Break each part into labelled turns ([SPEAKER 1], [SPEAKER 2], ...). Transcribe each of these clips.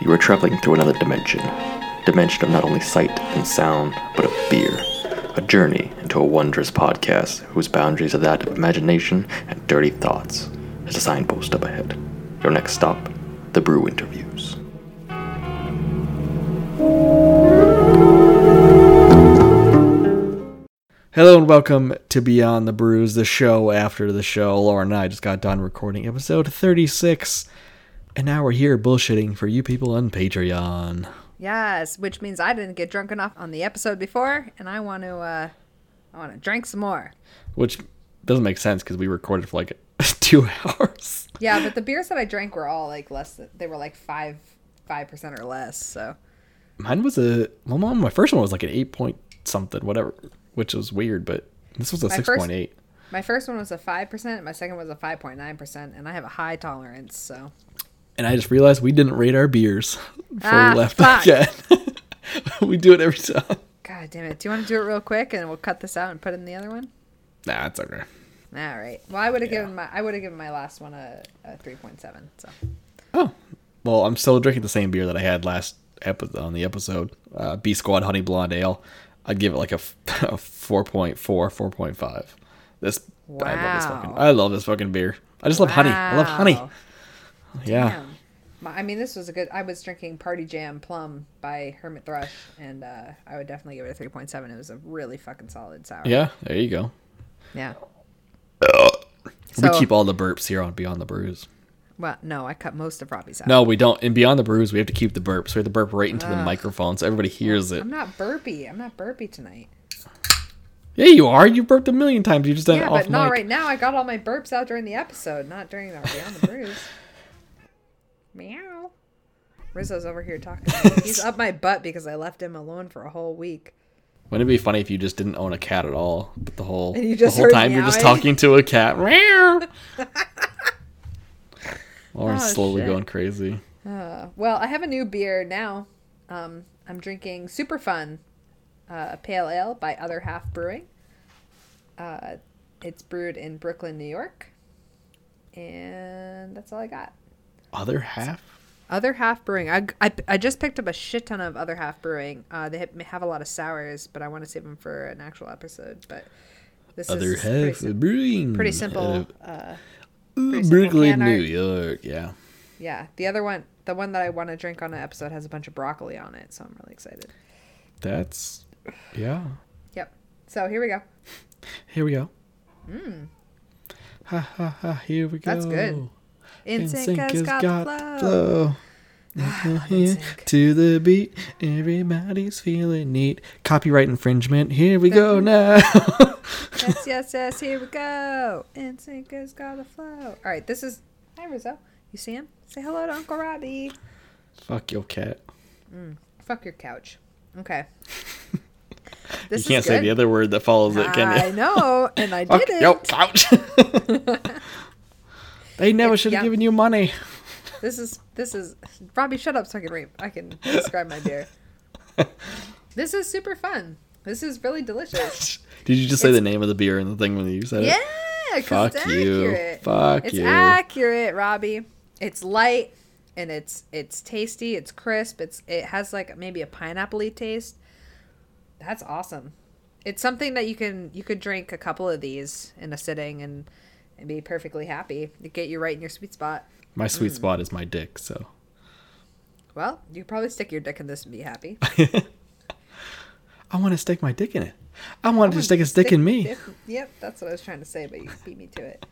[SPEAKER 1] You are traveling through another dimension. Dimension of not only sight and sound, but of beer. A journey into a wondrous podcast whose boundaries are that of imagination and dirty thoughts. There's a signpost up ahead. Your next stop, the brew interviews.
[SPEAKER 2] Hello and welcome to Beyond the Brews, the show after the show. Laura and I just got done recording episode 36, and now we're here bullshitting for you people on Patreon.
[SPEAKER 3] Yes, which means I didn't get drunk enough on the episode before, and I want to, uh, I want to drink some more.
[SPEAKER 2] Which doesn't make sense because we recorded for like two hours.
[SPEAKER 3] Yeah, but the beers that I drank were all like less. Than, they were like five, five percent or less. So
[SPEAKER 2] Mine was a, well, mom, my first one was like an 8 point something, whatever, which was weird, but this was a
[SPEAKER 3] My first-
[SPEAKER 2] 6.8.
[SPEAKER 3] my first one was a five percent, my second was a five point nine percent, and I have a high tolerance. So
[SPEAKER 2] And I just realized we didn't rate our beers before
[SPEAKER 3] Ah,
[SPEAKER 2] we left
[SPEAKER 3] fuck.
[SPEAKER 2] again. we do it every time.
[SPEAKER 3] God damn it! Do you want to do it real quick, and we'll cut this out and put in the other one?
[SPEAKER 2] Nah, it's okay.
[SPEAKER 3] All right. Well, I would have given my I would have given my last one a, a three point seven. So
[SPEAKER 2] Oh, well, I'm still drinking the same beer that I had last episode on the episode, uh, B Squad Honey Blonde Ale. I'd give it like a, f- a 4.4, 4.5. This I love this fucking
[SPEAKER 3] Wow.
[SPEAKER 2] I love this fucking beer. I just love honey. I love honey.
[SPEAKER 3] Wow.
[SPEAKER 2] Yeah.
[SPEAKER 3] Damn. My, I mean, this was a good. I was drinking Party Jam Plum by Hermit Thrush, and uh, I would definitely give it a three point seven. It was a really fucking solid sour.
[SPEAKER 2] Yeah, there you go.
[SPEAKER 3] Yeah. So,
[SPEAKER 2] we keep all the burps here on Beyond the Brews.
[SPEAKER 3] well, no, I cut most of Robbie's out.
[SPEAKER 2] No, we don't. In Beyond the Brews, we have to keep the burps. We have to burp right into the microphone so everybody hears it.
[SPEAKER 3] I'm not burpy. I'm not burpy tonight.
[SPEAKER 2] Yeah, you are. You burped a million times. You just done
[SPEAKER 3] Yeah,
[SPEAKER 2] it Uh, off
[SPEAKER 3] but not
[SPEAKER 2] mic.
[SPEAKER 3] right now. I got all my burps out during the episode, not during the Beyond the Brews. Meow. Rizzo's over here talking. He's up my butt because I left him alone for a whole week.
[SPEAKER 2] Wouldn't it be funny if you just didn't own a cat at all? But the whole
[SPEAKER 3] And you just
[SPEAKER 2] the whole
[SPEAKER 3] heard
[SPEAKER 2] time you're just
[SPEAKER 3] meowing?
[SPEAKER 2] talking to a cat. Meow. Lauren's
[SPEAKER 3] Oh,
[SPEAKER 2] slowly
[SPEAKER 3] shit.
[SPEAKER 2] going crazy.
[SPEAKER 3] Well, I have a new beer now. Um, I'm drinking Super Fun uh, Pale Ale by Other Half Brewing. Uh, it's brewed in Brooklyn, New York. And that's all I got.
[SPEAKER 2] Other half.
[SPEAKER 3] Other Half Brewing. I, I, I just picked up a shit ton of Other Half Brewing. Uh, they ha- have a lot of sours, but I want to save them for an actual episode. But this
[SPEAKER 2] Other
[SPEAKER 3] is pretty,
[SPEAKER 2] half.
[SPEAKER 3] sim-
[SPEAKER 2] brewing.
[SPEAKER 3] pretty
[SPEAKER 2] out
[SPEAKER 3] simple.
[SPEAKER 2] of
[SPEAKER 3] Uh, simple
[SPEAKER 2] Brooklyn,
[SPEAKER 3] can
[SPEAKER 2] New
[SPEAKER 3] art.
[SPEAKER 2] York. Yeah.
[SPEAKER 3] yeah, the other one, the one that I want to drink on an episode, has a bunch of broccoli on it, so I'm really excited.
[SPEAKER 2] That's. Yeah.
[SPEAKER 3] Yep. So here we go.
[SPEAKER 2] Here we go. Ha ha ha. Here we go.
[SPEAKER 3] Hmm. That's good. In sync has got, the flow.
[SPEAKER 2] flow. Here to the beat, everybody's feeling neat. Copyright infringement. Here we go now.
[SPEAKER 3] yes, yes, yes. Here we go. In sync has got the flow. All right, this is. Hi, Rizzo. You see him? Say hello to Uncle Robbie.
[SPEAKER 2] Fuck your cat.
[SPEAKER 3] Fuck your couch. Okay. This
[SPEAKER 2] you can't say the other word that follows it, can
[SPEAKER 3] I
[SPEAKER 2] you?
[SPEAKER 3] know, and I
[SPEAKER 2] Fuck
[SPEAKER 3] didn't.
[SPEAKER 2] your couch. they never
[SPEAKER 3] It's
[SPEAKER 2] should have
[SPEAKER 3] yum-
[SPEAKER 2] given you money.
[SPEAKER 3] This is this is Robbie. Shut up, so I can read. I can describe my beer. this is super fun. This is really delicious.
[SPEAKER 2] Did you just say the name of the beer and the thing when you said
[SPEAKER 3] Yeah,
[SPEAKER 2] it?
[SPEAKER 3] 'cause it's
[SPEAKER 2] Fuck you.
[SPEAKER 3] accurate.
[SPEAKER 2] Fuck
[SPEAKER 3] it's
[SPEAKER 2] you.
[SPEAKER 3] accurate, Robbie. It's light and it's it's tasty. It's crisp. It's it has like maybe a pineappley taste. That's awesome. It's something that you can you could drink a couple of these in a sitting and and be perfectly happy. It get you right in your sweet spot.
[SPEAKER 2] My sweet spot is my dick, so.
[SPEAKER 3] Well, you could probably stick your dick in this and be happy.
[SPEAKER 2] I want to stick my dick in it. I wanted to stick a stick in me.
[SPEAKER 3] Yep, yep, that's what I was trying to say, but you beat me to it.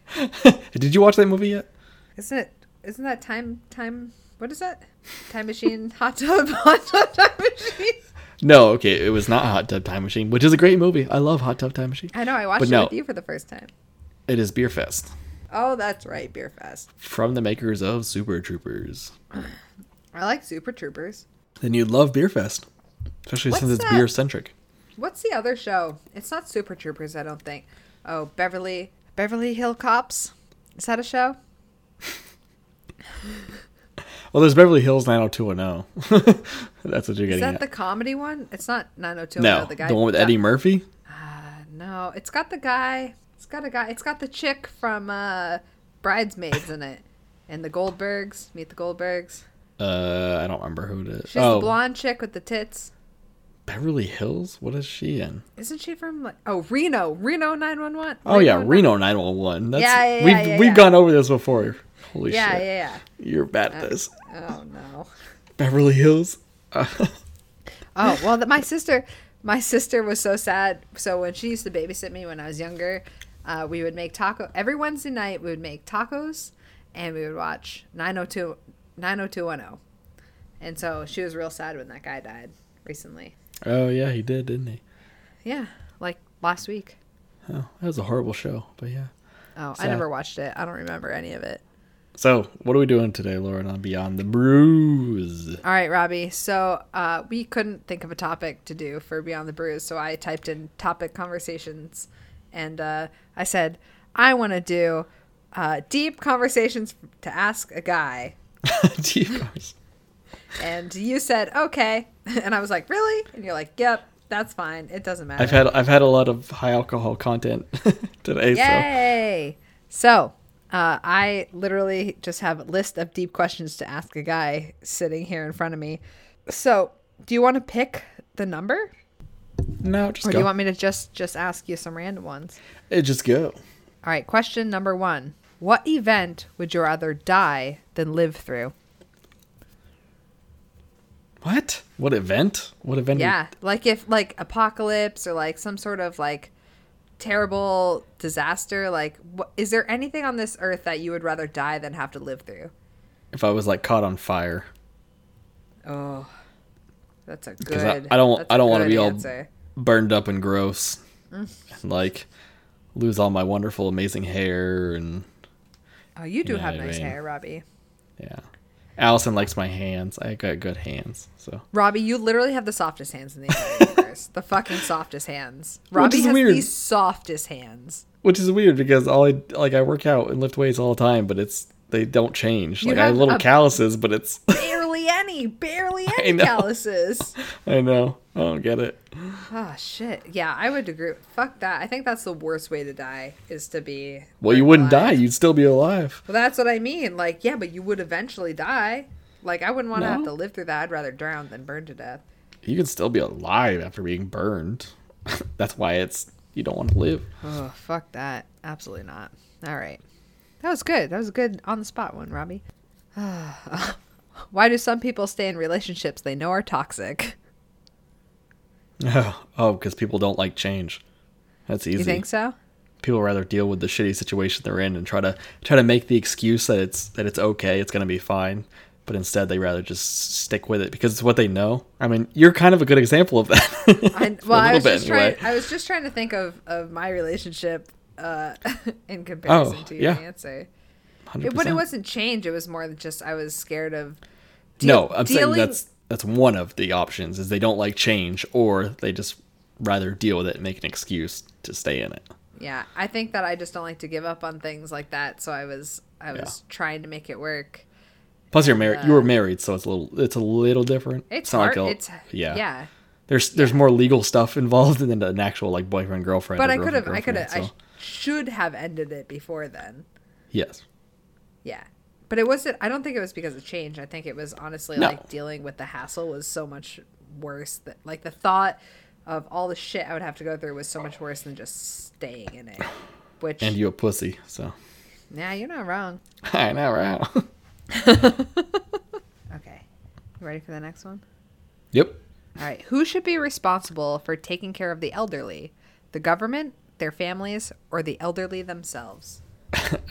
[SPEAKER 2] Did you watch that movie yet?
[SPEAKER 3] Isn't it? Isn't that time time? What is that? Time machine, hot tub, hot tub, time machine.
[SPEAKER 2] No, okay, it was not Hot Tub Time Machine, which is a great movie. I love Hot Tub Time Machine.
[SPEAKER 3] I know. I watched
[SPEAKER 2] But
[SPEAKER 3] it
[SPEAKER 2] no.
[SPEAKER 3] with you for the first time.
[SPEAKER 2] It is Beer Fest
[SPEAKER 3] Oh, that's right, Beer Fest.
[SPEAKER 2] from the makers of Super Troopers.
[SPEAKER 3] I like Super Troopers.
[SPEAKER 2] Then you'd love Beer Fest, especially
[SPEAKER 3] What's
[SPEAKER 2] since it's
[SPEAKER 3] that?
[SPEAKER 2] beer centric.
[SPEAKER 3] What's the other show? It's not Super Troopers, I don't think. Oh, Beverly Beverly Hill Cops. Is that a show?
[SPEAKER 2] Well, there's Beverly Hills 90210. That's what you're
[SPEAKER 3] Is
[SPEAKER 2] getting
[SPEAKER 3] that
[SPEAKER 2] at.
[SPEAKER 3] the comedy one? It's not 90210.
[SPEAKER 2] no,
[SPEAKER 3] the
[SPEAKER 2] the,
[SPEAKER 3] guy.
[SPEAKER 2] one with Eddie Murphy.
[SPEAKER 3] No, it's got the guy. It's got a guy. It's got the chick from uh, Bridesmaids in it, and the Goldbergs. Meet the Goldbergs.
[SPEAKER 2] Uh, I don't remember who it is.
[SPEAKER 3] She's
[SPEAKER 2] oh,
[SPEAKER 3] the blonde chick with the tits.
[SPEAKER 2] Beverly Hills. What is she in?
[SPEAKER 3] Isn't she from like oh Reno? Reno nine one one.
[SPEAKER 2] Oh yeah, Reno 911. That's,
[SPEAKER 3] Yeah, yeah,
[SPEAKER 2] we've
[SPEAKER 3] yeah, yeah,
[SPEAKER 2] we've
[SPEAKER 3] yeah.
[SPEAKER 2] gone over this before. Holy
[SPEAKER 3] Yeah,
[SPEAKER 2] shit,
[SPEAKER 3] yeah,
[SPEAKER 2] you're bad at this.
[SPEAKER 3] yeah. Oh no.
[SPEAKER 2] Beverly Hills.
[SPEAKER 3] Oh well, that my sister, my sister was so sad. So when she used to babysit me when I was younger, uh, we would make taco every Wednesday night. We would make tacos, and we would watch 902 90210. And so she was real sad when that guy died recently.
[SPEAKER 2] Oh yeah, he did, didn't he?
[SPEAKER 3] Yeah, like last week.
[SPEAKER 2] Oh, that was a horrible show, but yeah.
[SPEAKER 3] Oh, I
[SPEAKER 2] Sad.
[SPEAKER 3] never watched it. I don't remember any of it.
[SPEAKER 2] So, what are we doing today, Lauren? On Beyond the Bruise.
[SPEAKER 3] All right, Robbie. So uh, we couldn't think of a topic to do for Beyond the Brews, so I typed in topic conversations, and uh, I said I want to do uh, deep conversations to ask a guy,
[SPEAKER 2] Deep Bruise.
[SPEAKER 3] and you said okay, and I was like really, and you're like yep, that's fine, it doesn't matter.
[SPEAKER 2] I've had I've had a lot of high alcohol content today.
[SPEAKER 3] Yay! So uh, I literally just have a list of deep questions to ask a guy sitting here in front of me. So do you want to pick the number?
[SPEAKER 2] So no, just
[SPEAKER 3] Or
[SPEAKER 2] go.
[SPEAKER 3] do you want me to just just ask you some random ones?
[SPEAKER 2] Eh, just go.
[SPEAKER 3] All right, question number 1. What event would you rather die than live through?
[SPEAKER 2] What? What event? What event?
[SPEAKER 3] Yeah, like if like apocalypse or like some sort of like terrible disaster like wh- is there anything on this earth that you would rather die than have to live through?
[SPEAKER 2] If I was like caught on fire,
[SPEAKER 3] Oh. That's a good.
[SPEAKER 2] 'Cause I- I don't-
[SPEAKER 3] that's a
[SPEAKER 2] I don't wanna
[SPEAKER 3] good
[SPEAKER 2] be all-
[SPEAKER 3] answer.
[SPEAKER 2] burned up and gross,
[SPEAKER 3] Mm.
[SPEAKER 2] and like lose all my wonderful, amazing hair, and
[SPEAKER 3] Oh, you do
[SPEAKER 2] Yeah,
[SPEAKER 3] have
[SPEAKER 2] I
[SPEAKER 3] nice
[SPEAKER 2] mean-
[SPEAKER 3] hair, Robbie.
[SPEAKER 2] yeah. Allison likes my hands. I got good hands, so
[SPEAKER 3] Robbie, you literally have the softest hands in the entire universe. The fucking softest hands.
[SPEAKER 2] Which
[SPEAKER 3] Robbie
[SPEAKER 2] is
[SPEAKER 3] has the
[SPEAKER 2] weird.
[SPEAKER 3] softest hands.
[SPEAKER 2] which is weird because all I like I work out and lift weights all the time, but it's they don't change.
[SPEAKER 3] You
[SPEAKER 2] like I have
[SPEAKER 3] have
[SPEAKER 2] little
[SPEAKER 3] a-
[SPEAKER 2] calluses, but it's
[SPEAKER 3] barely any, barely
[SPEAKER 2] I
[SPEAKER 3] any
[SPEAKER 2] know.
[SPEAKER 3] calluses.
[SPEAKER 2] I know I don't get it.
[SPEAKER 3] Oh shit. Yeah, I would agree. Fuck that. I think that's the worst way to die is to be
[SPEAKER 2] Well, you
[SPEAKER 3] burnt
[SPEAKER 2] wouldn't die;
[SPEAKER 3] alive.
[SPEAKER 2] you'd still be alive.
[SPEAKER 3] Well, that's what I mean. Like, yeah, but you would eventually die. Like, I wouldn't want to have
[SPEAKER 2] No.
[SPEAKER 3] to live through that. I'd rather drown than burn to death.
[SPEAKER 2] You can still be alive after being burned. That's why it's you don't want to live.
[SPEAKER 3] Oh, fuck that. Absolutely not. All right. That was good. That was a good on the spot one, Robbie. Why do some people stay in relationships they know are toxic?
[SPEAKER 2] oh, because people don't like change. That's easy.
[SPEAKER 3] You think so?
[SPEAKER 2] people rather deal with the shitty situation they're in and try to try to make the excuse that it's that it's okay, it's gonna be fine. But instead, they rather just stick with it because it's what they know. I mean, you're kind of a good example of that.
[SPEAKER 3] I,
[SPEAKER 2] For a
[SPEAKER 3] well, I
[SPEAKER 2] little
[SPEAKER 3] was
[SPEAKER 2] bit
[SPEAKER 3] just
[SPEAKER 2] anyway.
[SPEAKER 3] trying. I was just trying to think of of my relationship uh, in comparison
[SPEAKER 2] Oh,
[SPEAKER 3] to your
[SPEAKER 2] yeah.
[SPEAKER 3] answer.
[SPEAKER 2] 100%.
[SPEAKER 3] It, but it wasn't change. It was more than just I was scared of.
[SPEAKER 2] no.
[SPEAKER 3] deal-
[SPEAKER 2] I'm
[SPEAKER 3] dealing-
[SPEAKER 2] saying that's that's one of the options is they don't like change or they just rather deal with it and make an excuse to stay in it.
[SPEAKER 3] Yeah, I think that I just don't like to give up on things like that. So I was I
[SPEAKER 2] Yeah.
[SPEAKER 3] was trying to make it work.
[SPEAKER 2] Plus, you're married. you were married, so it's a little it's a little different.
[SPEAKER 3] It's
[SPEAKER 2] not
[SPEAKER 3] hard.
[SPEAKER 2] a-
[SPEAKER 3] it's yeah.
[SPEAKER 2] There's there's more legal stuff involved than an actual like boyfriend girlfriend.
[SPEAKER 3] But
[SPEAKER 2] or
[SPEAKER 3] I could have. I could
[SPEAKER 2] girlfriend,
[SPEAKER 3] have. I
[SPEAKER 2] girlfriend,
[SPEAKER 3] sh- should have ended it before then.
[SPEAKER 2] so- yes.
[SPEAKER 3] Yeah. But it wasn't. I don't think it was because of change. I think it was honestly
[SPEAKER 2] No.
[SPEAKER 3] like dealing with the hassle was so much worse. That like the thought of all the shit I would have to go through was so much worse than just staying in it. Which
[SPEAKER 2] And you a pussy, so
[SPEAKER 3] yeah, you're not wrong.
[SPEAKER 2] I know, right?
[SPEAKER 3] Okay, you ready for the next one?
[SPEAKER 2] yep.
[SPEAKER 3] All right. Who should be responsible for taking care of the elderly? The government, their families, or the elderly themselves?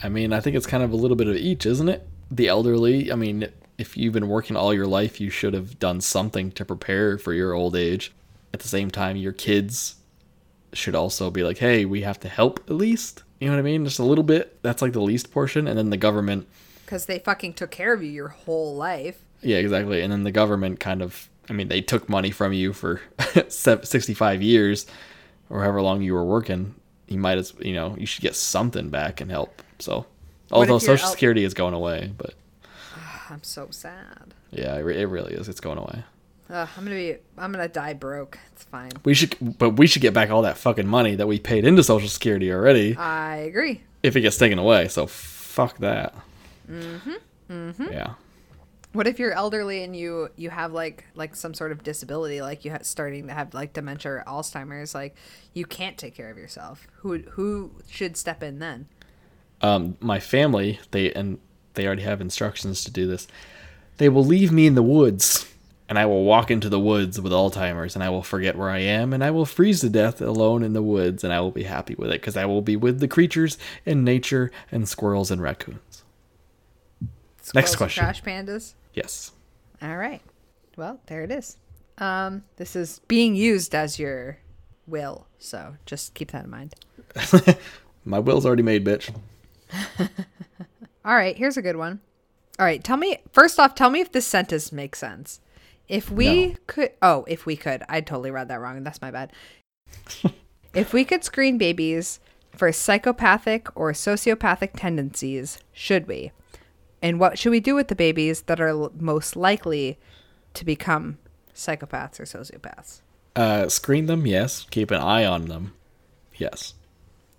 [SPEAKER 2] I mean, I think it's kind of a little bit of each, isn't it? The elderly. I mean, if you've been working all your life, you should have done something to prepare for your old age. At the same time, your kids should also be like, "Hey, we have to help at least." You know what I mean? Just a little bit. That's like the least portion, and then the government.
[SPEAKER 3] Because they fucking took care of you your whole life.
[SPEAKER 2] Yeah, exactly. And then the government kind of, I mean, they took money from you for se- 65 years or however long you were working. You might as, you know, you should get something back and help. So,
[SPEAKER 3] What if
[SPEAKER 2] although
[SPEAKER 3] you're
[SPEAKER 2] Social
[SPEAKER 3] out-
[SPEAKER 2] Security is going away, but
[SPEAKER 3] I'm so sad.
[SPEAKER 2] yeah, it, re- it really is. It's going away.
[SPEAKER 3] Ugh, I'm gonna be. I'm gonna die broke. It's fine.
[SPEAKER 2] We should, but we should get back all that fucking money that we paid into Social Security already
[SPEAKER 3] I agree. Mm-hmm.
[SPEAKER 2] if it gets taken away. So, fuck that. Mm hmm. Mm hmm. Yeah.
[SPEAKER 3] What if you're elderly and you you have like like some sort of disability, like you ha- starting to have like dementia or Alzheimer's, like you can't take care of yourself. Who who should step in then?
[SPEAKER 2] um, my family they and they already have instructions to do this they will leave me in the woods and i will walk into the woods with alzheimer's and i will forget where i am and i will freeze to death alone in the woods and i will be happy with it because i will be with the creatures and nature and squirrels and raccoons
[SPEAKER 3] Squirrels
[SPEAKER 2] Next
[SPEAKER 3] and
[SPEAKER 2] question.
[SPEAKER 3] Trash pandas.
[SPEAKER 2] yes
[SPEAKER 3] All right. Well, there it is. Um, this is being used as your will, so just keep that in mind.
[SPEAKER 2] my will's already made bitch
[SPEAKER 3] All right, here's a good one. All right, tell me first off, tell me if this sentence makes sense. If we
[SPEAKER 2] No.
[SPEAKER 3] could, oh, if we could, I totally read that wrong. That's my bad. if we could screen babies for psychopathic or sociopathic tendencies, should we? And what should we do with the babies that are l- most likely to become psychopaths or sociopaths?
[SPEAKER 2] uh, screen them yes keep an eye on them yes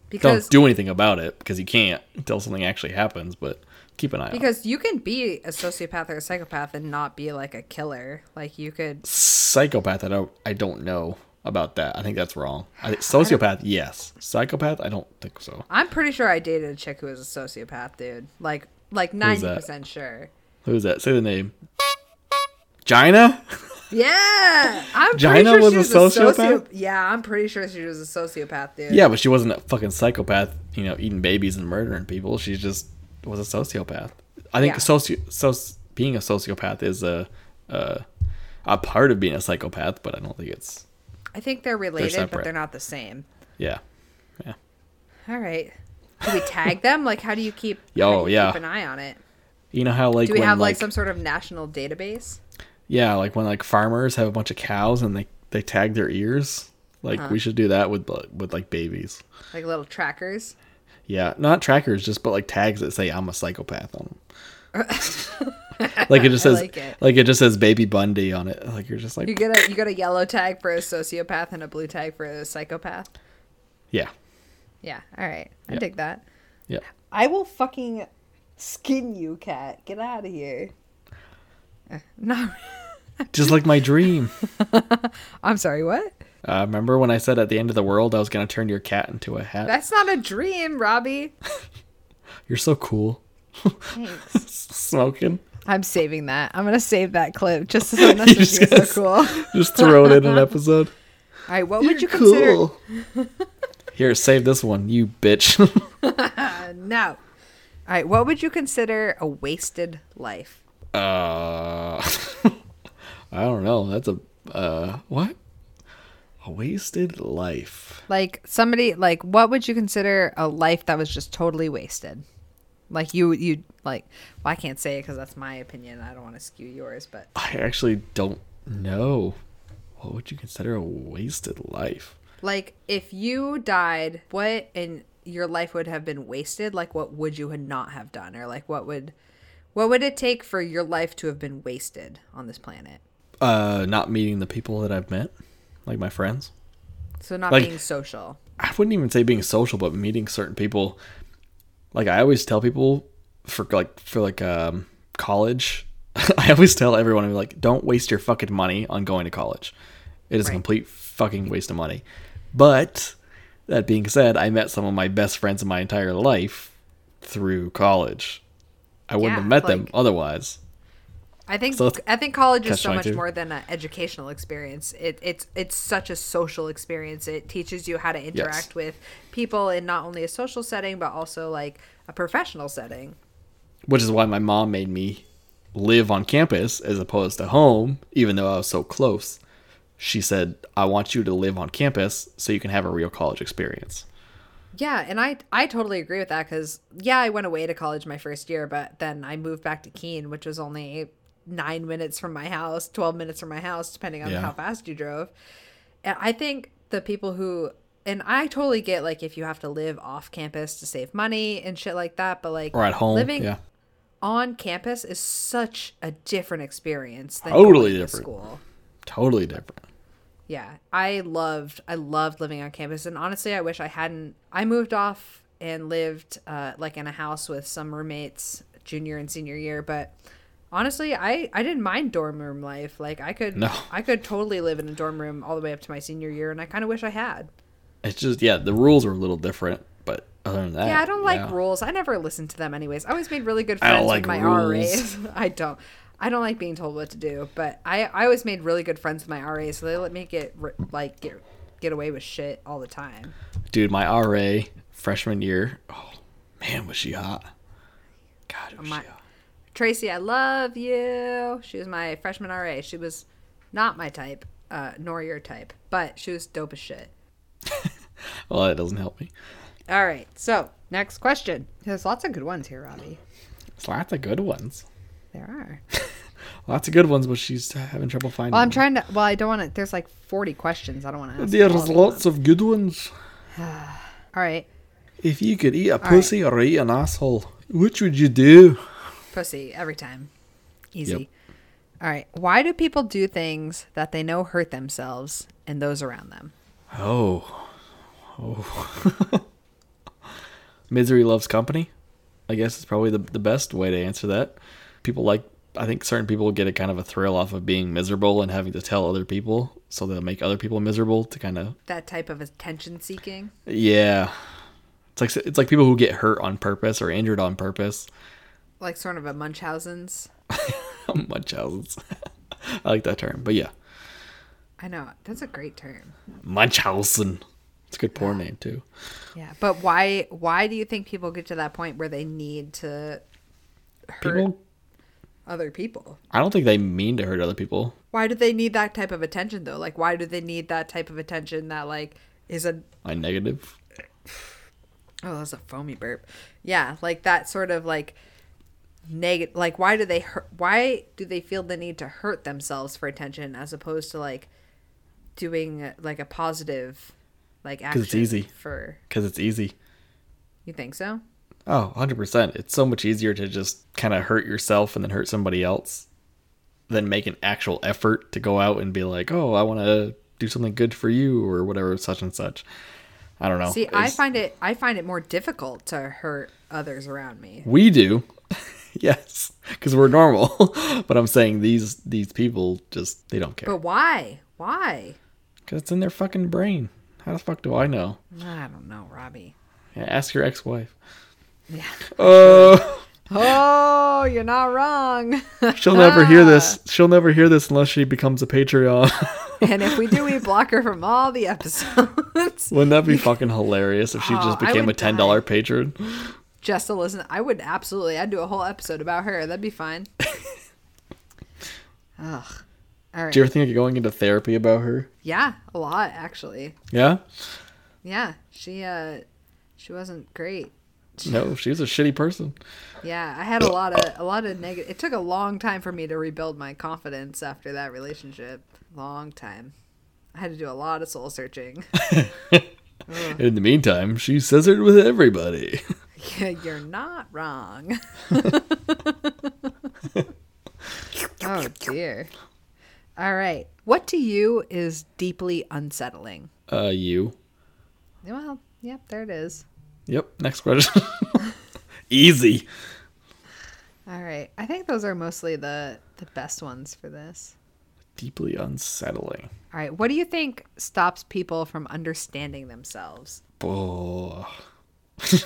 [SPEAKER 3] Because
[SPEAKER 2] don't do anything about it because you can't until something actually happens but keep an eye on it
[SPEAKER 3] because you can be a sociopath or a psychopath and not be like a killer. Like you could
[SPEAKER 2] psychopath i don't i don't know about that i think that's wrong i think sociopath yes psychopath i don't think so
[SPEAKER 3] I'm pretty sure I dated a chick who was a sociopath, dude. Like like
[SPEAKER 2] Who's
[SPEAKER 3] ninety
[SPEAKER 2] that?
[SPEAKER 3] percent sure.
[SPEAKER 2] who's that say the name gina
[SPEAKER 3] Yeah, I'm pretty
[SPEAKER 2] Gina
[SPEAKER 3] sure
[SPEAKER 2] was
[SPEAKER 3] she
[SPEAKER 2] a
[SPEAKER 3] was a
[SPEAKER 2] sociopath?
[SPEAKER 3] sociopath. Yeah, I'm pretty sure she was a sociopath, dude.
[SPEAKER 2] yeah but she wasn't a fucking psychopath you know eating babies and murdering people she just was a sociopath i think
[SPEAKER 3] Yeah.
[SPEAKER 2] soci- soci- being a sociopath is a, a a part of being a psychopath but i don't think it's
[SPEAKER 3] I think they're related, but
[SPEAKER 2] separate.
[SPEAKER 3] they're not the same.
[SPEAKER 2] yeah yeah
[SPEAKER 3] All right, do we tag them? Like, how do you keep?
[SPEAKER 2] Yo,
[SPEAKER 3] how do you
[SPEAKER 2] yeah.
[SPEAKER 3] keep an eye on it.
[SPEAKER 2] you know how like
[SPEAKER 3] Do we
[SPEAKER 2] when,
[SPEAKER 3] have like,
[SPEAKER 2] like
[SPEAKER 3] some sort of national database?
[SPEAKER 2] Yeah, like when like farmers have a bunch of cows and they they tag their ears. Like we should do that with like, with like babies.
[SPEAKER 3] Like little trackers?
[SPEAKER 2] Yeah, not trackers, just but like tags that say I'm a psychopath on them. like it just
[SPEAKER 3] I
[SPEAKER 2] says
[SPEAKER 3] like
[SPEAKER 2] like
[SPEAKER 3] it.
[SPEAKER 2] it. just says baby Bundy on it. Like you're just like
[SPEAKER 3] You get a you get a yellow tag for a sociopath and a blue tag for a psychopath.
[SPEAKER 2] yeah.
[SPEAKER 3] Yeah. All right, I
[SPEAKER 2] Yeah.
[SPEAKER 3] dig that.
[SPEAKER 2] Yeah.
[SPEAKER 3] I will fucking skin you, cat. Get out of here. Uh, No,
[SPEAKER 2] Just like my dream.
[SPEAKER 3] I'm sorry. What?
[SPEAKER 2] Uh, remember when I said at the end of the world I was going to turn your cat into a hat?
[SPEAKER 3] That's not a dream, Robbie.
[SPEAKER 2] You're so cool.
[SPEAKER 3] Thanks.
[SPEAKER 2] Smoking.
[SPEAKER 3] I'm saving that. I'm gonna save that clip just to send
[SPEAKER 2] You
[SPEAKER 3] this is
[SPEAKER 2] just-
[SPEAKER 3] so cool. All
[SPEAKER 2] Just throw it in an episode.
[SPEAKER 3] right, what would you consider?
[SPEAKER 2] Here, save this one, you bitch.
[SPEAKER 3] Uh, no. All right, what would you consider a wasted life?
[SPEAKER 2] Uh, I don't know. That's a uh what? A wasted life.
[SPEAKER 3] Like somebody, like what would you consider a life that was just totally wasted? Like you, you like. Well, I can't say it because that's my opinion. I don't want to skew yours, but
[SPEAKER 2] I actually don't know. What would you consider a wasted life?
[SPEAKER 3] Like, if you died, what and your life would have been wasted? Like, what would you had not have done, or like what would, what would it take for your life to have been wasted on this planet?
[SPEAKER 2] Uh, not meeting the people that I've met, like my friends.
[SPEAKER 3] So not
[SPEAKER 2] Like-
[SPEAKER 3] being social.
[SPEAKER 2] I wouldn't even say being social, but meeting certain people. Like I always tell people for like for like um college, I always tell everyone I'm like, don't waste your fucking money on going to college. It is a
[SPEAKER 3] Right.
[SPEAKER 2] complete fucking waste of money. But that being said, I met some of my best friends in my entire life through college. I wouldn't
[SPEAKER 3] Yeah,
[SPEAKER 2] have met them
[SPEAKER 3] like-
[SPEAKER 2] otherwise.
[SPEAKER 3] I think
[SPEAKER 2] So it's-
[SPEAKER 3] I think college is
[SPEAKER 2] catch
[SPEAKER 3] so
[SPEAKER 2] my
[SPEAKER 3] much
[SPEAKER 2] two.
[SPEAKER 3] more than an educational experience. It, it's it's such a social experience. It teaches you how to interact with people in not only a social setting but also like a professional setting.
[SPEAKER 2] which is why my mom made me live on campus as opposed to home, even though I was so close. She said, I want you to live on campus so you can have a real college experience.
[SPEAKER 3] Yeah, and I I totally agree with that because yeah, I went away to college my first year, but then I moved back to Keene, which was only nine minutes from my house, twelve minutes from my house, depending on
[SPEAKER 2] Yeah.
[SPEAKER 3] how fast you drove. And I think the people who and I totally get like if you have to live off campus to save money and shit like that, but like
[SPEAKER 2] Or at home.
[SPEAKER 3] living
[SPEAKER 2] yeah.
[SPEAKER 3] on campus is such a different experience than
[SPEAKER 2] Totally
[SPEAKER 3] going to
[SPEAKER 2] different.
[SPEAKER 3] school.
[SPEAKER 2] Totally different.
[SPEAKER 3] Yeah, I loved I loved living on campus, and honestly, I wish I hadn't. I moved off and lived uh, like in a house with some roommates junior and senior year, but Honestly, I I didn't mind dorm room life. Like I could
[SPEAKER 2] No.
[SPEAKER 3] I could totally live in a dorm room all the way up to my senior year, and I kind of wish I had.
[SPEAKER 2] It's just yeah, the rules are a little different, but other than that,
[SPEAKER 3] Yeah, I don't like
[SPEAKER 2] yeah.
[SPEAKER 3] rules. I never listened to them anyways. I always made really good
[SPEAKER 2] I
[SPEAKER 3] friends
[SPEAKER 2] don't
[SPEAKER 3] with my
[SPEAKER 2] like
[SPEAKER 3] RAs. I don't. I don't like being told what to do, but I, I always made really good friends with my RAs, so they let me get ri- like get get away with shit all the time.
[SPEAKER 2] Dude, my RA freshman year, oh man, was she hot? God, was
[SPEAKER 3] My-
[SPEAKER 2] she hot.
[SPEAKER 3] Tracy, I love you. She was my freshman RA. She was not my type, uh, nor your type, but she was dope as shit.
[SPEAKER 2] Well, that doesn't help me.
[SPEAKER 3] All right, so next question. There's lots of good ones here, Robbie.
[SPEAKER 2] It's lots of good ones.
[SPEAKER 3] There are.
[SPEAKER 2] Lots of good ones, but she's having trouble finding.
[SPEAKER 3] Well, I'm
[SPEAKER 2] them.
[SPEAKER 3] trying to. Well, I don't want to. There's like 40 questions. I don't want to ask. all of
[SPEAKER 2] There's
[SPEAKER 3] them.
[SPEAKER 2] lots of good ones.
[SPEAKER 3] All right,
[SPEAKER 2] If you could eat a pussy or eat an asshole, which would you do?
[SPEAKER 3] pussy every time. Easy.
[SPEAKER 2] Yep.
[SPEAKER 3] All right. Why do people do things that they know hurt themselves and those around them?
[SPEAKER 2] Oh, oh. Misery loves company. I guess it's probably the the best way to answer that. People like. I think certain people get a kind of a thrill off of being miserable and having to tell other people, so they'll make other people miserable to kind of
[SPEAKER 3] That type of attention seeking.
[SPEAKER 2] yeah. It's like it's like people who get hurt on purpose or injured on purpose.
[SPEAKER 3] Like sort of a Munchausen's.
[SPEAKER 2] Munchausen's. I like that term, but yeah,
[SPEAKER 3] I know. That's a great term.
[SPEAKER 2] Munchausen. It's a good porn name too.
[SPEAKER 3] Yeah. But why why do you think people get to that point where they need to hurt
[SPEAKER 2] People,
[SPEAKER 3] other people?
[SPEAKER 2] I don't think they mean to hurt other people.
[SPEAKER 3] Why do they need that type of attention though? Like why do they need that type of attention that like is a
[SPEAKER 2] I negative.
[SPEAKER 3] Oh, that's a foamy burp. Yeah, like that sort of like negative. Like, why do they hurt? Why do they feel the need to hurt themselves for attention as opposed to like doing uh, like a positive like action?
[SPEAKER 2] 'Cause it's easy.
[SPEAKER 3] For
[SPEAKER 2] because it's easy.
[SPEAKER 3] you think so?
[SPEAKER 2] Oh, 100%. It's so much easier to just kind of hurt yourself and then hurt somebody else than make an actual effort to go out and be like, oh, I want to do something good for you or whatever, such and such. I don't know.
[SPEAKER 3] See, I
[SPEAKER 2] It's-
[SPEAKER 3] find it. I find it more difficult to hurt others around me.
[SPEAKER 2] we do. yes, because we're normal. but I'm saying these these people just, they don't care.
[SPEAKER 3] But why? Why?
[SPEAKER 2] Because it's in their fucking brain. How the fuck do I know?
[SPEAKER 3] I don't know, Robbie.
[SPEAKER 2] Yeah, ask your ex wife.
[SPEAKER 3] Yeah.
[SPEAKER 2] Oh,
[SPEAKER 3] Oh, you're not wrong.
[SPEAKER 2] she'll never hear this.
[SPEAKER 3] Ah.
[SPEAKER 2] She'll never hear this unless she becomes a Patreon.
[SPEAKER 3] and if we do, we block her from all the episodes.
[SPEAKER 2] Wouldn't that be fucking hilarious if she
[SPEAKER 3] Oh,
[SPEAKER 2] just
[SPEAKER 3] I
[SPEAKER 2] became a
[SPEAKER 3] would
[SPEAKER 2] ten dollar patron?
[SPEAKER 3] just to listen. I would absolutely. I'd do a whole episode about her. That'd be fine. Ugh. All right.
[SPEAKER 2] Do you ever think of going into therapy about her?
[SPEAKER 3] yeah, a lot actually.
[SPEAKER 2] Yeah.
[SPEAKER 3] Yeah, she uh, she wasn't great.
[SPEAKER 2] No, she's a shitty person.
[SPEAKER 3] Yeah, I had a lot of a lot of negative. It took a long time for me to rebuild my confidence after that relationship. Long time. I had to do a lot of soul searching.
[SPEAKER 2] In the meantime, she scissored with everybody.
[SPEAKER 3] You're not wrong. oh dear. All right. What to you is deeply unsettling?
[SPEAKER 2] Uh, you.
[SPEAKER 3] Well, yep, there it is.
[SPEAKER 2] Yep. Next question. Easy.
[SPEAKER 3] All right. I think those are mostly the the best ones for this.
[SPEAKER 2] Deeply unsettling.
[SPEAKER 3] All right. What do you think stops people from understanding themselves?
[SPEAKER 2] Oh.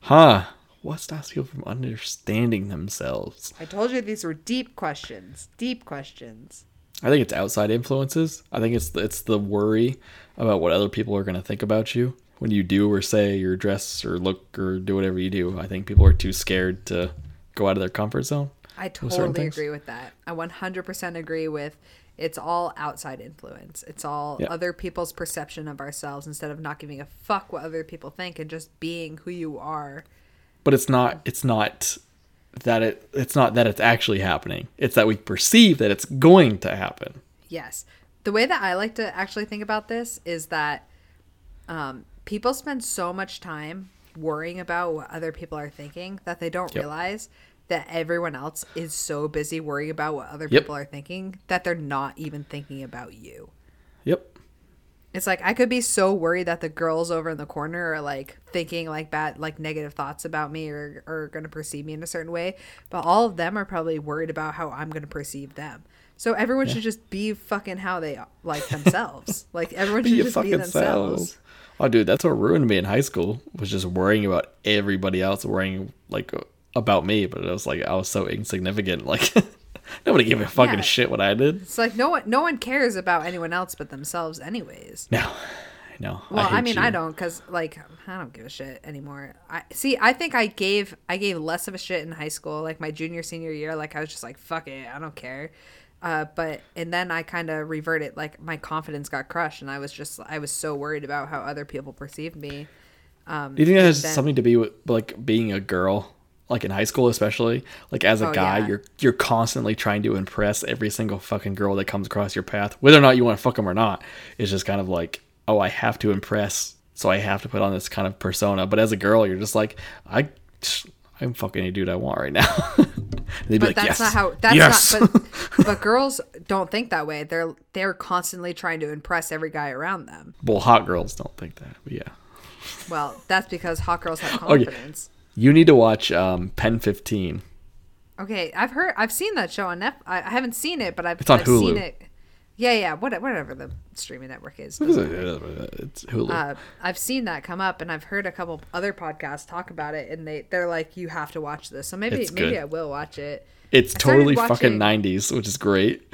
[SPEAKER 2] huh. What stops people from understanding themselves?
[SPEAKER 3] I told you these were deep questions. Deep questions.
[SPEAKER 2] I think it's outside influences. I think it's it's the worry about what other people are going to think about you when you do or say or dress or look or do whatever you do. I think people are too scared to go out of their comfort zone.
[SPEAKER 3] I
[SPEAKER 2] with certain
[SPEAKER 3] totally
[SPEAKER 2] things.
[SPEAKER 3] agree with that. I 100% agree with it's all outside influence. It's all
[SPEAKER 2] Yeah.
[SPEAKER 3] other people's perception of ourselves instead of not giving a fuck what other people think and just being who you are.
[SPEAKER 2] But it's not it's not that it it's not that it's actually happening. It's that we perceive that it's going to happen.
[SPEAKER 3] Yes. The way that I like to actually think about this is that um, people spend so much time worrying about what other people are thinking that they don't
[SPEAKER 2] Yep.
[SPEAKER 3] realize that everyone else is so busy worrying about what other
[SPEAKER 2] Yep.
[SPEAKER 3] people are thinking that they're not even thinking about you.
[SPEAKER 2] Yep.
[SPEAKER 3] It's like I could be so worried that the girls over in the corner are like thinking like bad, like negative thoughts about me or are going to perceive me in a certain way, but all of them are probably worried about how I'm going to perceive them. So everyone should just be fucking how they like themselves. like everyone should
[SPEAKER 2] be a
[SPEAKER 3] just be
[SPEAKER 2] fucking
[SPEAKER 3] themselves.
[SPEAKER 2] self. Oh, dude, that's what ruined me in high school was just worrying about everybody else worrying like about me, but it was like I was so insignificant. Like nobody gave a fucking
[SPEAKER 3] Yeah.
[SPEAKER 2] shit what I did.
[SPEAKER 3] It's like no one no one cares about anyone else but themselves anyways.
[SPEAKER 2] No, no.
[SPEAKER 3] Well, I,
[SPEAKER 2] hate
[SPEAKER 3] mean,
[SPEAKER 2] you.
[SPEAKER 3] I don't cuz like I don't give a shit anymore. I see I think I gave I gave less of a shit in high school like my junior senior year like I was just like fuck it, I don't care. Uh, but and then I kind of reverted like my confidence got crushed and I was just I was so worried about how other people perceived me.
[SPEAKER 2] Do you think that has
[SPEAKER 3] then-
[SPEAKER 2] something to be with like being a girl, like in high school especially? Like as a
[SPEAKER 3] Oh,
[SPEAKER 2] guy,
[SPEAKER 3] yeah.
[SPEAKER 2] you're you're constantly trying to impress every single fucking girl that comes across your path, whether or not you want to fuck them or not. It's just kind of like, oh, I have to impress, so I have to put on this kind of persona. But as a girl, you're just like, I, I'm fucking any dude I want right now. And they'd be like,
[SPEAKER 3] But that's
[SPEAKER 2] "Yes,
[SPEAKER 3] not how that's
[SPEAKER 2] yes."
[SPEAKER 3] not but, but girls don't think that way. They're they're constantly trying to impress every guy around them.
[SPEAKER 2] well, hot girls don't think that. But yeah.
[SPEAKER 3] Well, that's because hot girls have
[SPEAKER 2] Oh, yeah.
[SPEAKER 3] confidence.
[SPEAKER 2] You need to watch um, Pen 15.
[SPEAKER 3] Okay, I've heard, I've seen that show on Netflix. I, I haven't seen it, but I've,
[SPEAKER 2] It's on
[SPEAKER 3] I've seen
[SPEAKER 2] Hulu.
[SPEAKER 3] it. Yeah, yeah, what, whatever the streaming network is.
[SPEAKER 2] It's Hulu.
[SPEAKER 3] Uh, I've seen that come up, and I've heard a couple other podcasts talk about it, and they they're like, you have to watch this. So maybe
[SPEAKER 2] It's good.
[SPEAKER 3] maybe I will watch it.
[SPEAKER 2] It's
[SPEAKER 3] I started
[SPEAKER 2] totally fucking
[SPEAKER 3] watching-
[SPEAKER 2] 90s, which is great.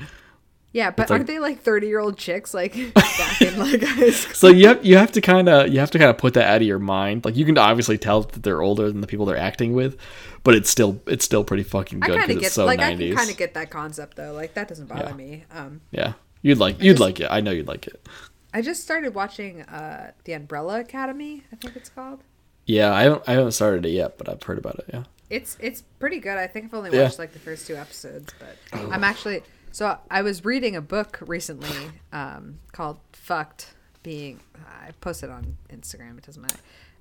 [SPEAKER 3] Yeah, but
[SPEAKER 2] like-
[SPEAKER 3] aren't they like thirty year old chicks like back in like high school?
[SPEAKER 2] So you have you have to kind of you have to kind of put that out of your mind. Like you can obviously tell that they're older than the people they're acting with, but it's still it's still pretty fucking
[SPEAKER 3] I
[SPEAKER 2] good
[SPEAKER 3] kind
[SPEAKER 2] because
[SPEAKER 3] of get
[SPEAKER 2] it's so
[SPEAKER 3] like I can
[SPEAKER 2] 90s.
[SPEAKER 3] kind of get that concept though. Like that doesn't bother
[SPEAKER 2] Yeah.
[SPEAKER 3] me. Um,
[SPEAKER 2] yeah, you'd like you'd
[SPEAKER 3] just-
[SPEAKER 2] like it. I know you'd like it.
[SPEAKER 3] I just started watching uh the Umbrella Academy. I think it's called.
[SPEAKER 2] Yeah, I haven't I haven't started it yet, but I've heard about it. Yeah,
[SPEAKER 3] It's it's pretty good. I think I've only
[SPEAKER 2] Yeah.
[SPEAKER 3] watched like the first two episodes, but I'm actually so I was reading a book recently um, called "Fucked." Being I posted on Instagram. It doesn't matter.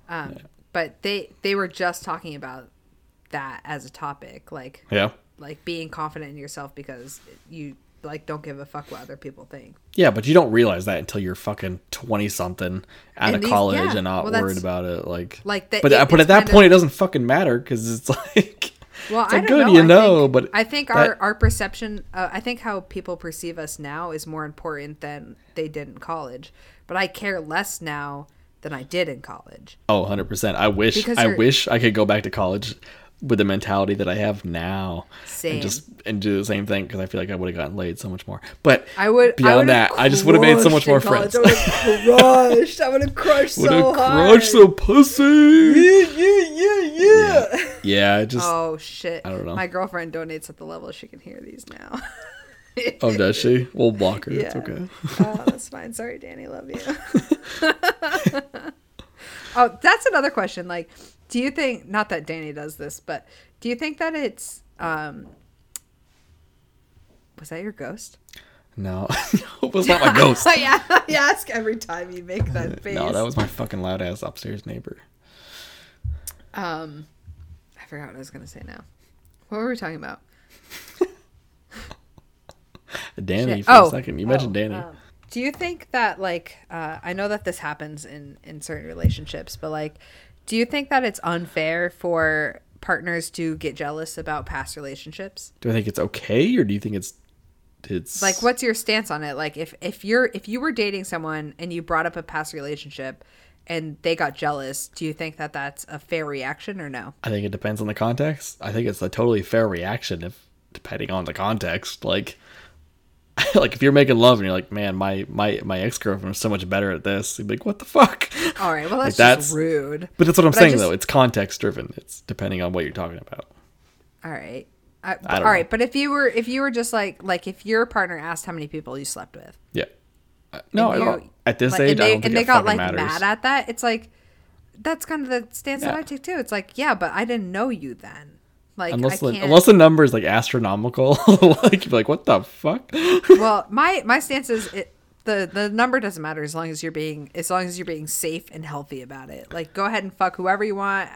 [SPEAKER 3] Um, But they they were just talking about that as a topic, like
[SPEAKER 2] yeah,
[SPEAKER 3] like being confident in yourself because you like don't give a fuck what other people think.
[SPEAKER 2] yeah. But you don't realize that until you're fucking twenty something out
[SPEAKER 3] And
[SPEAKER 2] of
[SPEAKER 3] these-
[SPEAKER 2] college
[SPEAKER 3] yeah,
[SPEAKER 2] and not
[SPEAKER 3] well,
[SPEAKER 2] worried
[SPEAKER 3] that's-
[SPEAKER 2] about it. Like
[SPEAKER 3] Like, the-
[SPEAKER 2] but
[SPEAKER 3] it-
[SPEAKER 2] but
[SPEAKER 3] it's
[SPEAKER 2] at that
[SPEAKER 3] kind of-
[SPEAKER 2] point it doesn't fucking matter because it's like
[SPEAKER 3] Well,
[SPEAKER 2] it's
[SPEAKER 3] I
[SPEAKER 2] like,
[SPEAKER 3] don't
[SPEAKER 2] good
[SPEAKER 3] know.
[SPEAKER 2] you
[SPEAKER 3] I
[SPEAKER 2] know,
[SPEAKER 3] think,
[SPEAKER 2] but
[SPEAKER 3] I think
[SPEAKER 2] that-
[SPEAKER 3] our our perception, uh, I think how people perceive us now is more important than they did in college. But I care less now than I did in college.
[SPEAKER 2] Oh, 100%. I wish
[SPEAKER 3] Because
[SPEAKER 2] I
[SPEAKER 3] you're-
[SPEAKER 2] wish I could go back to college with the mentality that I have now
[SPEAKER 3] Same.
[SPEAKER 2] and just and do the same thing because I feel like I would have gotten laid so much more. But
[SPEAKER 3] I would I
[SPEAKER 2] beyond
[SPEAKER 3] would've
[SPEAKER 2] that, I just would have made so much
[SPEAKER 3] crushed in
[SPEAKER 2] more
[SPEAKER 3] college.
[SPEAKER 2] friends.
[SPEAKER 3] I would have crushed. I would have crushed
[SPEAKER 2] Would have
[SPEAKER 3] so hard.
[SPEAKER 2] crushed the pussy.
[SPEAKER 3] yeah, yeah, yeah.
[SPEAKER 2] Yeah, I just
[SPEAKER 3] Oh shit! I
[SPEAKER 2] don't know.
[SPEAKER 3] My girlfriend donates at the level she can hear these now.
[SPEAKER 2] oh does she? We'll block her. It's
[SPEAKER 3] Yeah.
[SPEAKER 2] okay.
[SPEAKER 3] oh, that's fine. Sorry, Danny. Love you. oh, that's another question. Like, do you think not that Danny does this, but do you think that it's um was that your ghost?
[SPEAKER 2] No, it was not my ghost.
[SPEAKER 3] yeah, I ask every time you make that face.
[SPEAKER 2] No, that was my fucking loud ass upstairs neighbor.
[SPEAKER 3] um I forgot what I was gonna say now. What were we talking about?
[SPEAKER 2] Danny
[SPEAKER 3] Shit.
[SPEAKER 2] for
[SPEAKER 3] Oh.
[SPEAKER 2] a second. You mentioned Danny.
[SPEAKER 3] Um, do you think that like uh, I know that this happens in in certain relationships, but like, do you think that it's unfair for partners to get jealous about past relationships?
[SPEAKER 2] do I think it's okay or do you think it's it's
[SPEAKER 3] Like, what's your stance on it? Like, if if you're if you were dating someone and you brought up a past relationship and they got jealous, do you think that that's a fair reaction or no?
[SPEAKER 2] I think it depends on the context. I think it's a totally fair reaction if depending on the context. Like like if you're making love and you're like, man, my my my ex girlfriend is so much better at this, you'd be like, what the fuck?
[SPEAKER 3] All right, well
[SPEAKER 2] Like,
[SPEAKER 3] that's,
[SPEAKER 2] that's-
[SPEAKER 3] just rude.
[SPEAKER 2] But that's what I'm
[SPEAKER 3] But I
[SPEAKER 2] saying
[SPEAKER 3] just-
[SPEAKER 2] though. It's context driven. It's depending on what you're talking about.
[SPEAKER 3] All right. I,
[SPEAKER 2] I
[SPEAKER 3] all
[SPEAKER 2] don't
[SPEAKER 3] right, but if you were if you were just like like if your partner asked how many people you slept with,
[SPEAKER 2] Yeah. Uh, No,
[SPEAKER 3] and
[SPEAKER 2] I don't.
[SPEAKER 3] you-
[SPEAKER 2] At this
[SPEAKER 3] like,
[SPEAKER 2] age,
[SPEAKER 3] and they,
[SPEAKER 2] I don't think
[SPEAKER 3] and
[SPEAKER 2] it
[SPEAKER 3] they got
[SPEAKER 2] fucking
[SPEAKER 3] like
[SPEAKER 2] matters.
[SPEAKER 3] mad at that. It's like that's kind of the stance that
[SPEAKER 2] Yeah.
[SPEAKER 3] I take too. It's like, yeah, but I didn't know you then. Like,
[SPEAKER 2] unless
[SPEAKER 3] I
[SPEAKER 2] the
[SPEAKER 3] can't.
[SPEAKER 2] unless the number is like astronomical, like you're like, what the fuck?
[SPEAKER 3] well, my my stance is it. The, the number doesn't matter as long as you're being as long as you're being safe and healthy about it. Like go ahead and fuck whoever you want,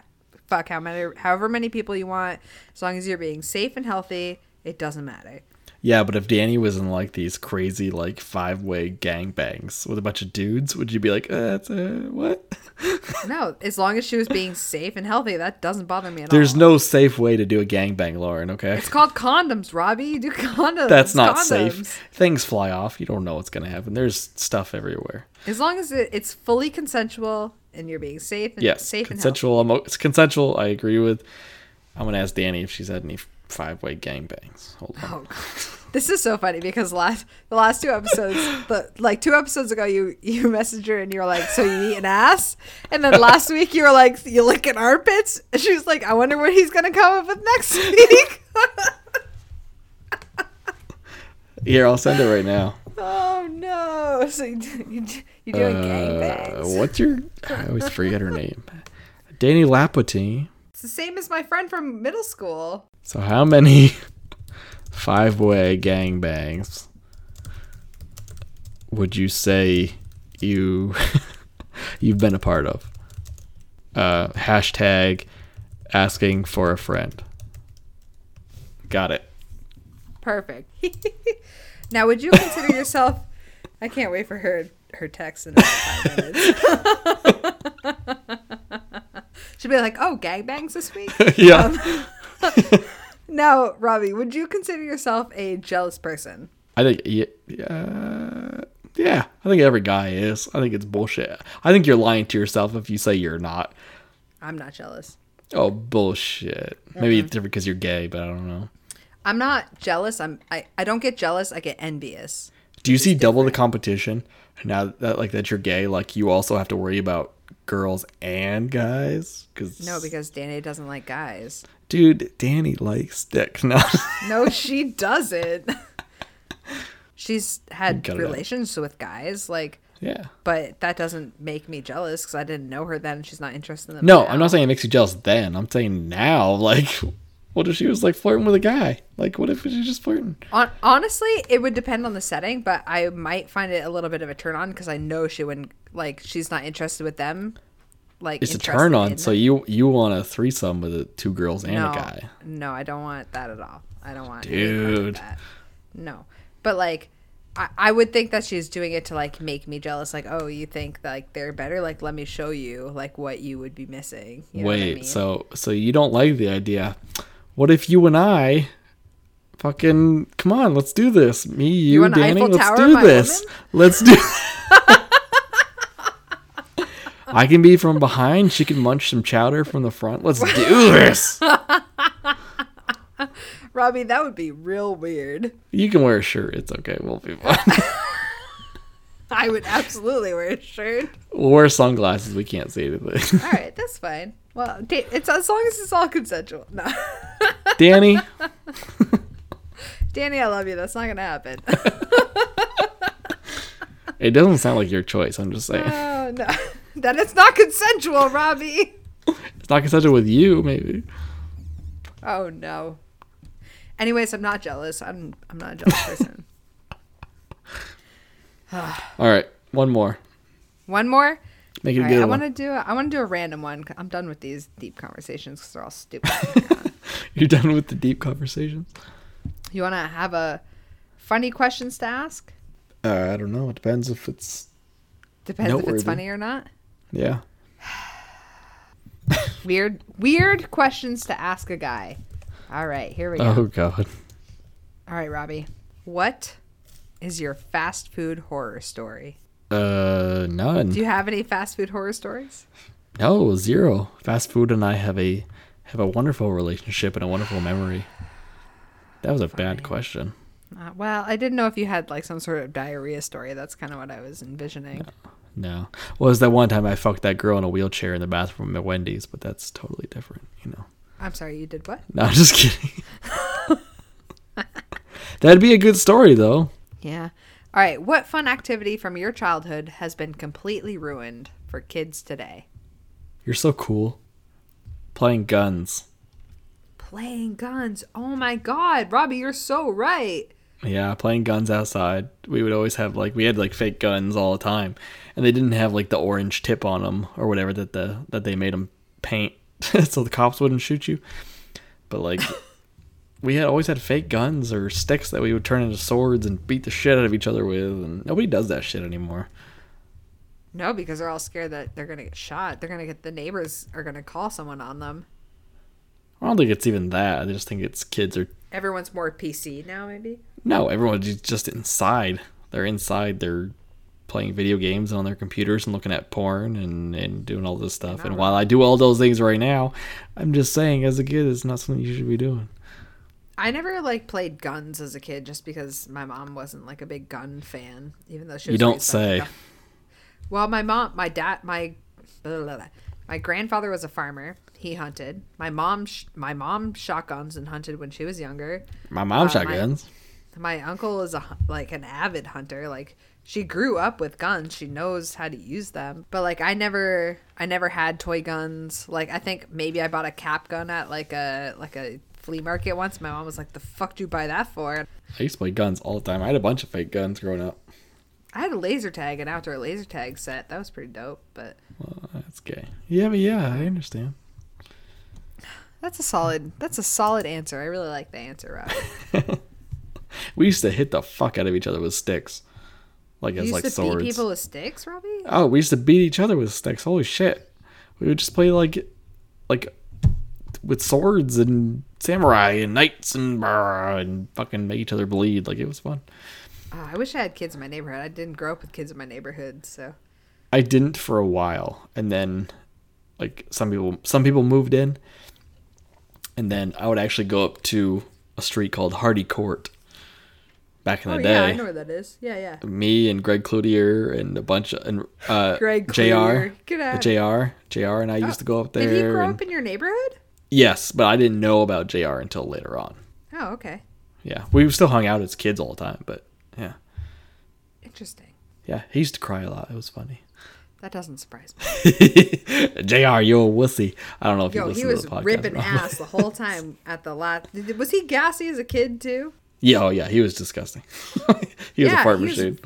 [SPEAKER 3] fuck how many however many people you want. As long as you're being safe and healthy, it doesn't matter.
[SPEAKER 2] Yeah, but if Danny was in like these crazy like five way gangbangs with a bunch of dudes, would you be like, uh, that's uh, what?
[SPEAKER 3] No, as long as she was being safe and healthy, that doesn't bother me at
[SPEAKER 2] There's
[SPEAKER 3] all.
[SPEAKER 2] no safe way to do a gangbang, Lauren. Okay,
[SPEAKER 3] It's called condoms, Robbie. You do condoms.
[SPEAKER 2] that's not
[SPEAKER 3] condoms.
[SPEAKER 2] safe. Things fly off. You don't know what's gonna happen. There's stuff everywhere.
[SPEAKER 3] As long as it, it's fully consensual and you're being safe and
[SPEAKER 2] Yes,
[SPEAKER 3] safe
[SPEAKER 2] consensual. emo- it's consensual. I agree with. I'm gonna ask Danny if she's had any five way gangbangs. Hold on.
[SPEAKER 3] and healthy. Oh, God. This is so funny because last the last two episodes, the like two episodes ago, you you messaged her and you were like, "So you eat an ass?" And then last week you were like, "You licking armpits?" And she was like, "I wonder what he's gonna come up with next week."
[SPEAKER 2] Here, I'll send it right now.
[SPEAKER 3] oh no! So you you, you doing
[SPEAKER 2] Uh,
[SPEAKER 3] gangbangs?
[SPEAKER 2] what's your? I always forget her name. Danny Lapatine.
[SPEAKER 3] It's the same as my friend from middle school.
[SPEAKER 2] So how many five way gangbangs would you say you you've been a part of? Uh, hashtag asking for a friend. Got it.
[SPEAKER 3] Perfect. now, would you consider yourself? I can't wait for her her text in about five minutes. She'll be like, "Oh, gangbangs this week."
[SPEAKER 2] yeah.
[SPEAKER 3] now, Robbie, would you consider yourself a jealous person?
[SPEAKER 2] I think yeah, uh, yeah. I think every guy is. I think it's bullshit. I think you're lying to yourself if you say you're not.
[SPEAKER 3] I'm not jealous.
[SPEAKER 2] Oh bullshit. Maybe it's different because you're gay, but I don't know.
[SPEAKER 3] I'm not jealous. I'm I, I don't get jealous. I get envious.
[SPEAKER 2] Do you see double the competition now that like that you're gay? Like you also have to worry about girls and guys? Cause
[SPEAKER 3] No, because Danny doesn't like guys.
[SPEAKER 2] dude, Danny likes dick. No,
[SPEAKER 3] No, she doesn't. She's had
[SPEAKER 2] Cut it out.
[SPEAKER 3] relations with guys like
[SPEAKER 2] yeah.
[SPEAKER 3] but that doesn't make me jealous because I didn't know her then. and She's not interested in them.
[SPEAKER 2] No,
[SPEAKER 3] now.
[SPEAKER 2] I'm not saying it makes you jealous then. I'm saying now. Like, what if she was like flirting with a guy? Like, what if she's just flirting?
[SPEAKER 3] Hon- honestly, it would depend on the setting, but I might find it a little bit of a turn on because I know she wouldn't like. She's not interested with them. Like
[SPEAKER 2] It's a
[SPEAKER 3] interested
[SPEAKER 2] turn on.
[SPEAKER 3] in
[SPEAKER 2] So
[SPEAKER 3] them.
[SPEAKER 2] you you want a threesome with a, two girls and
[SPEAKER 3] no,
[SPEAKER 2] a guy?
[SPEAKER 3] No, I don't want that at all. I don't want any part of
[SPEAKER 2] Dude,
[SPEAKER 3] that. No, but like. I, I would think that she's doing it to like make me jealous. Like, oh, you think like they're better? Like, let me show you like what you would be missing. You know what I
[SPEAKER 2] wait.
[SPEAKER 3] mean?
[SPEAKER 2] So so you don't like the idea? What if you and I? Fucking come on, let's do this. Me, you,
[SPEAKER 3] want an
[SPEAKER 2] Danny,
[SPEAKER 3] Eiffel
[SPEAKER 2] let's
[SPEAKER 3] Tower,
[SPEAKER 2] do
[SPEAKER 3] my
[SPEAKER 2] this. Let's do. I can be from behind. She can munch some chowder from the front. Let's do this.
[SPEAKER 3] Robbie, that would be real weird.
[SPEAKER 2] You can wear a shirt. It's okay. We'll be fine.
[SPEAKER 3] I would absolutely wear a shirt.
[SPEAKER 2] We'll wear sunglasses. We can't see anything.
[SPEAKER 3] All right, that's fine. Well, da- it's as long as it's all consensual. No,
[SPEAKER 2] Danny,
[SPEAKER 3] Danny, I love you. That's not gonna happen.
[SPEAKER 2] it doesn't sound like your choice. I'm just saying.
[SPEAKER 3] oh no, then it's not consensual, Robbie.
[SPEAKER 2] It's not consensual with you, maybe.
[SPEAKER 3] Oh no. Anyways, I'm not jealous. I'm I'm not a jealous person.
[SPEAKER 2] All right, one more.
[SPEAKER 3] One more.
[SPEAKER 2] Make it a
[SPEAKER 3] All right,
[SPEAKER 2] good
[SPEAKER 3] I
[SPEAKER 2] one.
[SPEAKER 3] want to do I want to do a random one. I'm done with these deep conversations because they're all stupid.
[SPEAKER 2] You're done with the deep conversations?
[SPEAKER 3] you want to have a funny questions to ask?
[SPEAKER 2] Uh, I don't know. It depends if it's
[SPEAKER 3] Depends if
[SPEAKER 2] Noteworthy.
[SPEAKER 3] it's funny or not.
[SPEAKER 2] yeah.
[SPEAKER 3] Weird weird questions to ask a guy. All right, here we go.
[SPEAKER 2] Oh god.
[SPEAKER 3] All right, Robbie. What is your fast food horror story?
[SPEAKER 2] Uh,
[SPEAKER 3] Do
[SPEAKER 2] none.
[SPEAKER 3] you have any fast food horror stories?
[SPEAKER 2] No, zero. Fast food and I have a have a wonderful relationship and a wonderful memory. That was a bad question.
[SPEAKER 3] Uh, well, I didn't know if you had like some sort of diarrhea story. That's kind of what I was envisioning.
[SPEAKER 2] No. Well, it was that one time I fucked that girl in a wheelchair in the bathroom at Wendy's, but that's totally different, you know.
[SPEAKER 3] I'm sorry, you did what?
[SPEAKER 2] No, I'm just kidding. That'd be a good story though.
[SPEAKER 3] Yeah. All right. What fun activity from your childhood has been completely ruined for kids today?
[SPEAKER 2] You're so cool. Playing guns.
[SPEAKER 3] Playing guns. Oh my God, Robbie, you're so right.
[SPEAKER 2] Yeah, playing guns outside. We would always have like we had like fake guns all the time, and they didn't have like the orange tip on them or whatever that the that they made them paint so the cops wouldn't shoot you. But like we had always had fake guns or sticks that we would turn into swords and beat the shit out of each other with, and nobody does that shit anymore.
[SPEAKER 3] No, because they're all scared that they're gonna get shot. They're gonna get the neighbors are gonna call someone on them.
[SPEAKER 2] I don't think it's even that. I just think it's kids are
[SPEAKER 3] Everyone's more PC now, maybe.
[SPEAKER 2] no, everyone's just inside. They're inside. They're playing video games on their computers and looking at porn and and doing all this stuff. And while I do all those things right now, I'm just saying, as a kid, it's not something you should be doing.
[SPEAKER 3] I never like played guns as a kid, just because my mom wasn't like a big gun fan, even though she. Was
[SPEAKER 2] You don't
[SPEAKER 3] raised by,
[SPEAKER 2] say.
[SPEAKER 3] like, a- Well, my mom, my dad, my blah, blah, blah. my grandfather was a farmer. He hunted. My mom, sh- my mom shotguns and hunted when she was younger.
[SPEAKER 2] My mom
[SPEAKER 3] my-
[SPEAKER 2] shot guns.
[SPEAKER 3] My uncle is a hu- like an avid hunter. Like she grew up with guns. She knows how to use them. But like I never I never had toy guns. Like I think maybe I bought a cap gun at like a like a flea market once. My mom was like, "The fuck do you buy that for?"
[SPEAKER 2] I used to play guns all the time. I had a bunch of fake guns growing up.
[SPEAKER 3] I had a laser tag, an outdoor laser tag set. That was pretty dope, but
[SPEAKER 2] Well, that's gay. Yeah, but yeah, I understand.
[SPEAKER 3] that's a solid that's a solid answer. I really like the answer, Rob.
[SPEAKER 2] We used to hit the fuck out of each other with sticks, like
[SPEAKER 3] You
[SPEAKER 2] as
[SPEAKER 3] used
[SPEAKER 2] like
[SPEAKER 3] to
[SPEAKER 2] swords.
[SPEAKER 3] beat people with sticks, Robbie?
[SPEAKER 2] Oh, we used to beat each other with sticks. Holy shit. We would just play like like with swords and samurai and knights and brr, and fucking make each other bleed. Like it was fun.
[SPEAKER 3] Oh, I wish I had kids in my neighborhood. I didn't grow up with kids in my neighborhood, so
[SPEAKER 2] I didn't for a while and then like some people some people moved in and then I would actually go up to a street called Hardy Court back in
[SPEAKER 3] Oh
[SPEAKER 2] the
[SPEAKER 3] yeah,
[SPEAKER 2] day.
[SPEAKER 3] I know where that is. Yeah, yeah.
[SPEAKER 2] me and Greg Cloutier and a bunch of and uh
[SPEAKER 3] Greg
[SPEAKER 2] JR
[SPEAKER 3] Cloutier. Get out. Oh,
[SPEAKER 2] JR JR and I used to go up there
[SPEAKER 3] Did he grow
[SPEAKER 2] and-
[SPEAKER 3] up in your neighborhood?
[SPEAKER 2] Yes, but I didn't know about JR until later on.
[SPEAKER 3] Oh, okay.
[SPEAKER 2] Yeah. We still hung out as kids all the time, but yeah.
[SPEAKER 3] Interesting.
[SPEAKER 2] Yeah, he used to cry a lot. It was funny.
[SPEAKER 3] That doesn't surprise me.
[SPEAKER 2] JR, you're a wussy. I don't know if you
[SPEAKER 3] Yo, he
[SPEAKER 2] listen
[SPEAKER 3] was
[SPEAKER 2] to the podcast.
[SPEAKER 3] ripping
[SPEAKER 2] or not.
[SPEAKER 3] ass the whole time at the lot. Did- Was he gassy as a kid too?
[SPEAKER 2] Yeah, oh yeah, he was disgusting. he was
[SPEAKER 3] Yeah,
[SPEAKER 2] a fart
[SPEAKER 3] he was-
[SPEAKER 2] machine.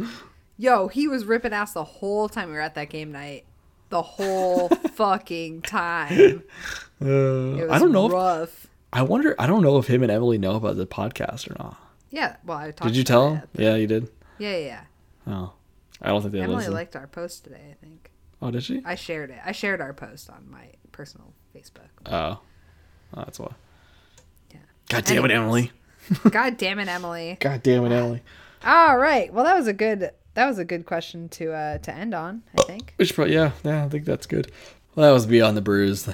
[SPEAKER 3] Yo, he was ripping ass the whole time we were at that game night. The whole fucking time. It
[SPEAKER 2] Uh,
[SPEAKER 3] was
[SPEAKER 2] I don't know. If,
[SPEAKER 3] Rough.
[SPEAKER 2] I wonder. I don't know if him and Emily know about the podcast or not.
[SPEAKER 3] Yeah. Well, I talked.
[SPEAKER 2] Did you
[SPEAKER 3] about
[SPEAKER 2] tell
[SPEAKER 3] it
[SPEAKER 2] him?
[SPEAKER 3] at the-
[SPEAKER 2] Yeah, you did.
[SPEAKER 3] Yeah, yeah. yeah.
[SPEAKER 2] Oh, I don't think they
[SPEAKER 3] Emily
[SPEAKER 2] listened.
[SPEAKER 3] liked our post today. I think
[SPEAKER 2] oh, did she?
[SPEAKER 3] I shared it. I shared our post on my personal Facebook.
[SPEAKER 2] Oh, oh that's why.
[SPEAKER 3] Yeah.
[SPEAKER 2] God damn it,
[SPEAKER 3] Anyways.
[SPEAKER 2] Emily!
[SPEAKER 3] God damn it, Emily.
[SPEAKER 2] God damn it, Emily!
[SPEAKER 3] All right. Well, that was a good that was a good question to uh to end on, I think.
[SPEAKER 2] Which probably yeah, yeah, I think that's good. Well, that was Beyond the Bruise.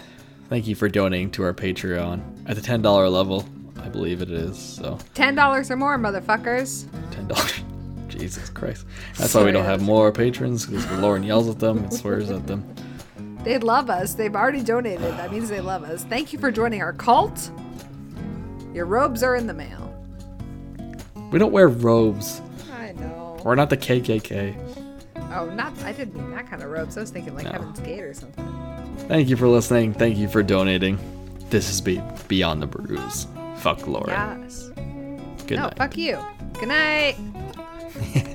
[SPEAKER 2] Thank you for donating to our Patreon at the ten dollar level, I believe it is. So
[SPEAKER 3] $10 or more, motherfuckers.
[SPEAKER 2] ten dollars. Jesus Christ. That's why we don't have more patrons because Lauren yells at them and swears at them.
[SPEAKER 3] They love us. They've already donated. That means they love us. Thank you for joining our cult. Your robes are in the mail.
[SPEAKER 2] We don't wear robes.
[SPEAKER 3] I know.
[SPEAKER 2] We're not the KKK.
[SPEAKER 3] Oh, not I didn't mean that kind of robes. I was thinking like
[SPEAKER 2] No.
[SPEAKER 3] Heaven's Gate or something.
[SPEAKER 2] Thank you for listening. Thank you for donating. This is Be- Beyond the Bruise. Fuck Lauren.
[SPEAKER 3] Yes.
[SPEAKER 2] Good
[SPEAKER 3] no,
[SPEAKER 2] night.
[SPEAKER 3] fuck you. Good night.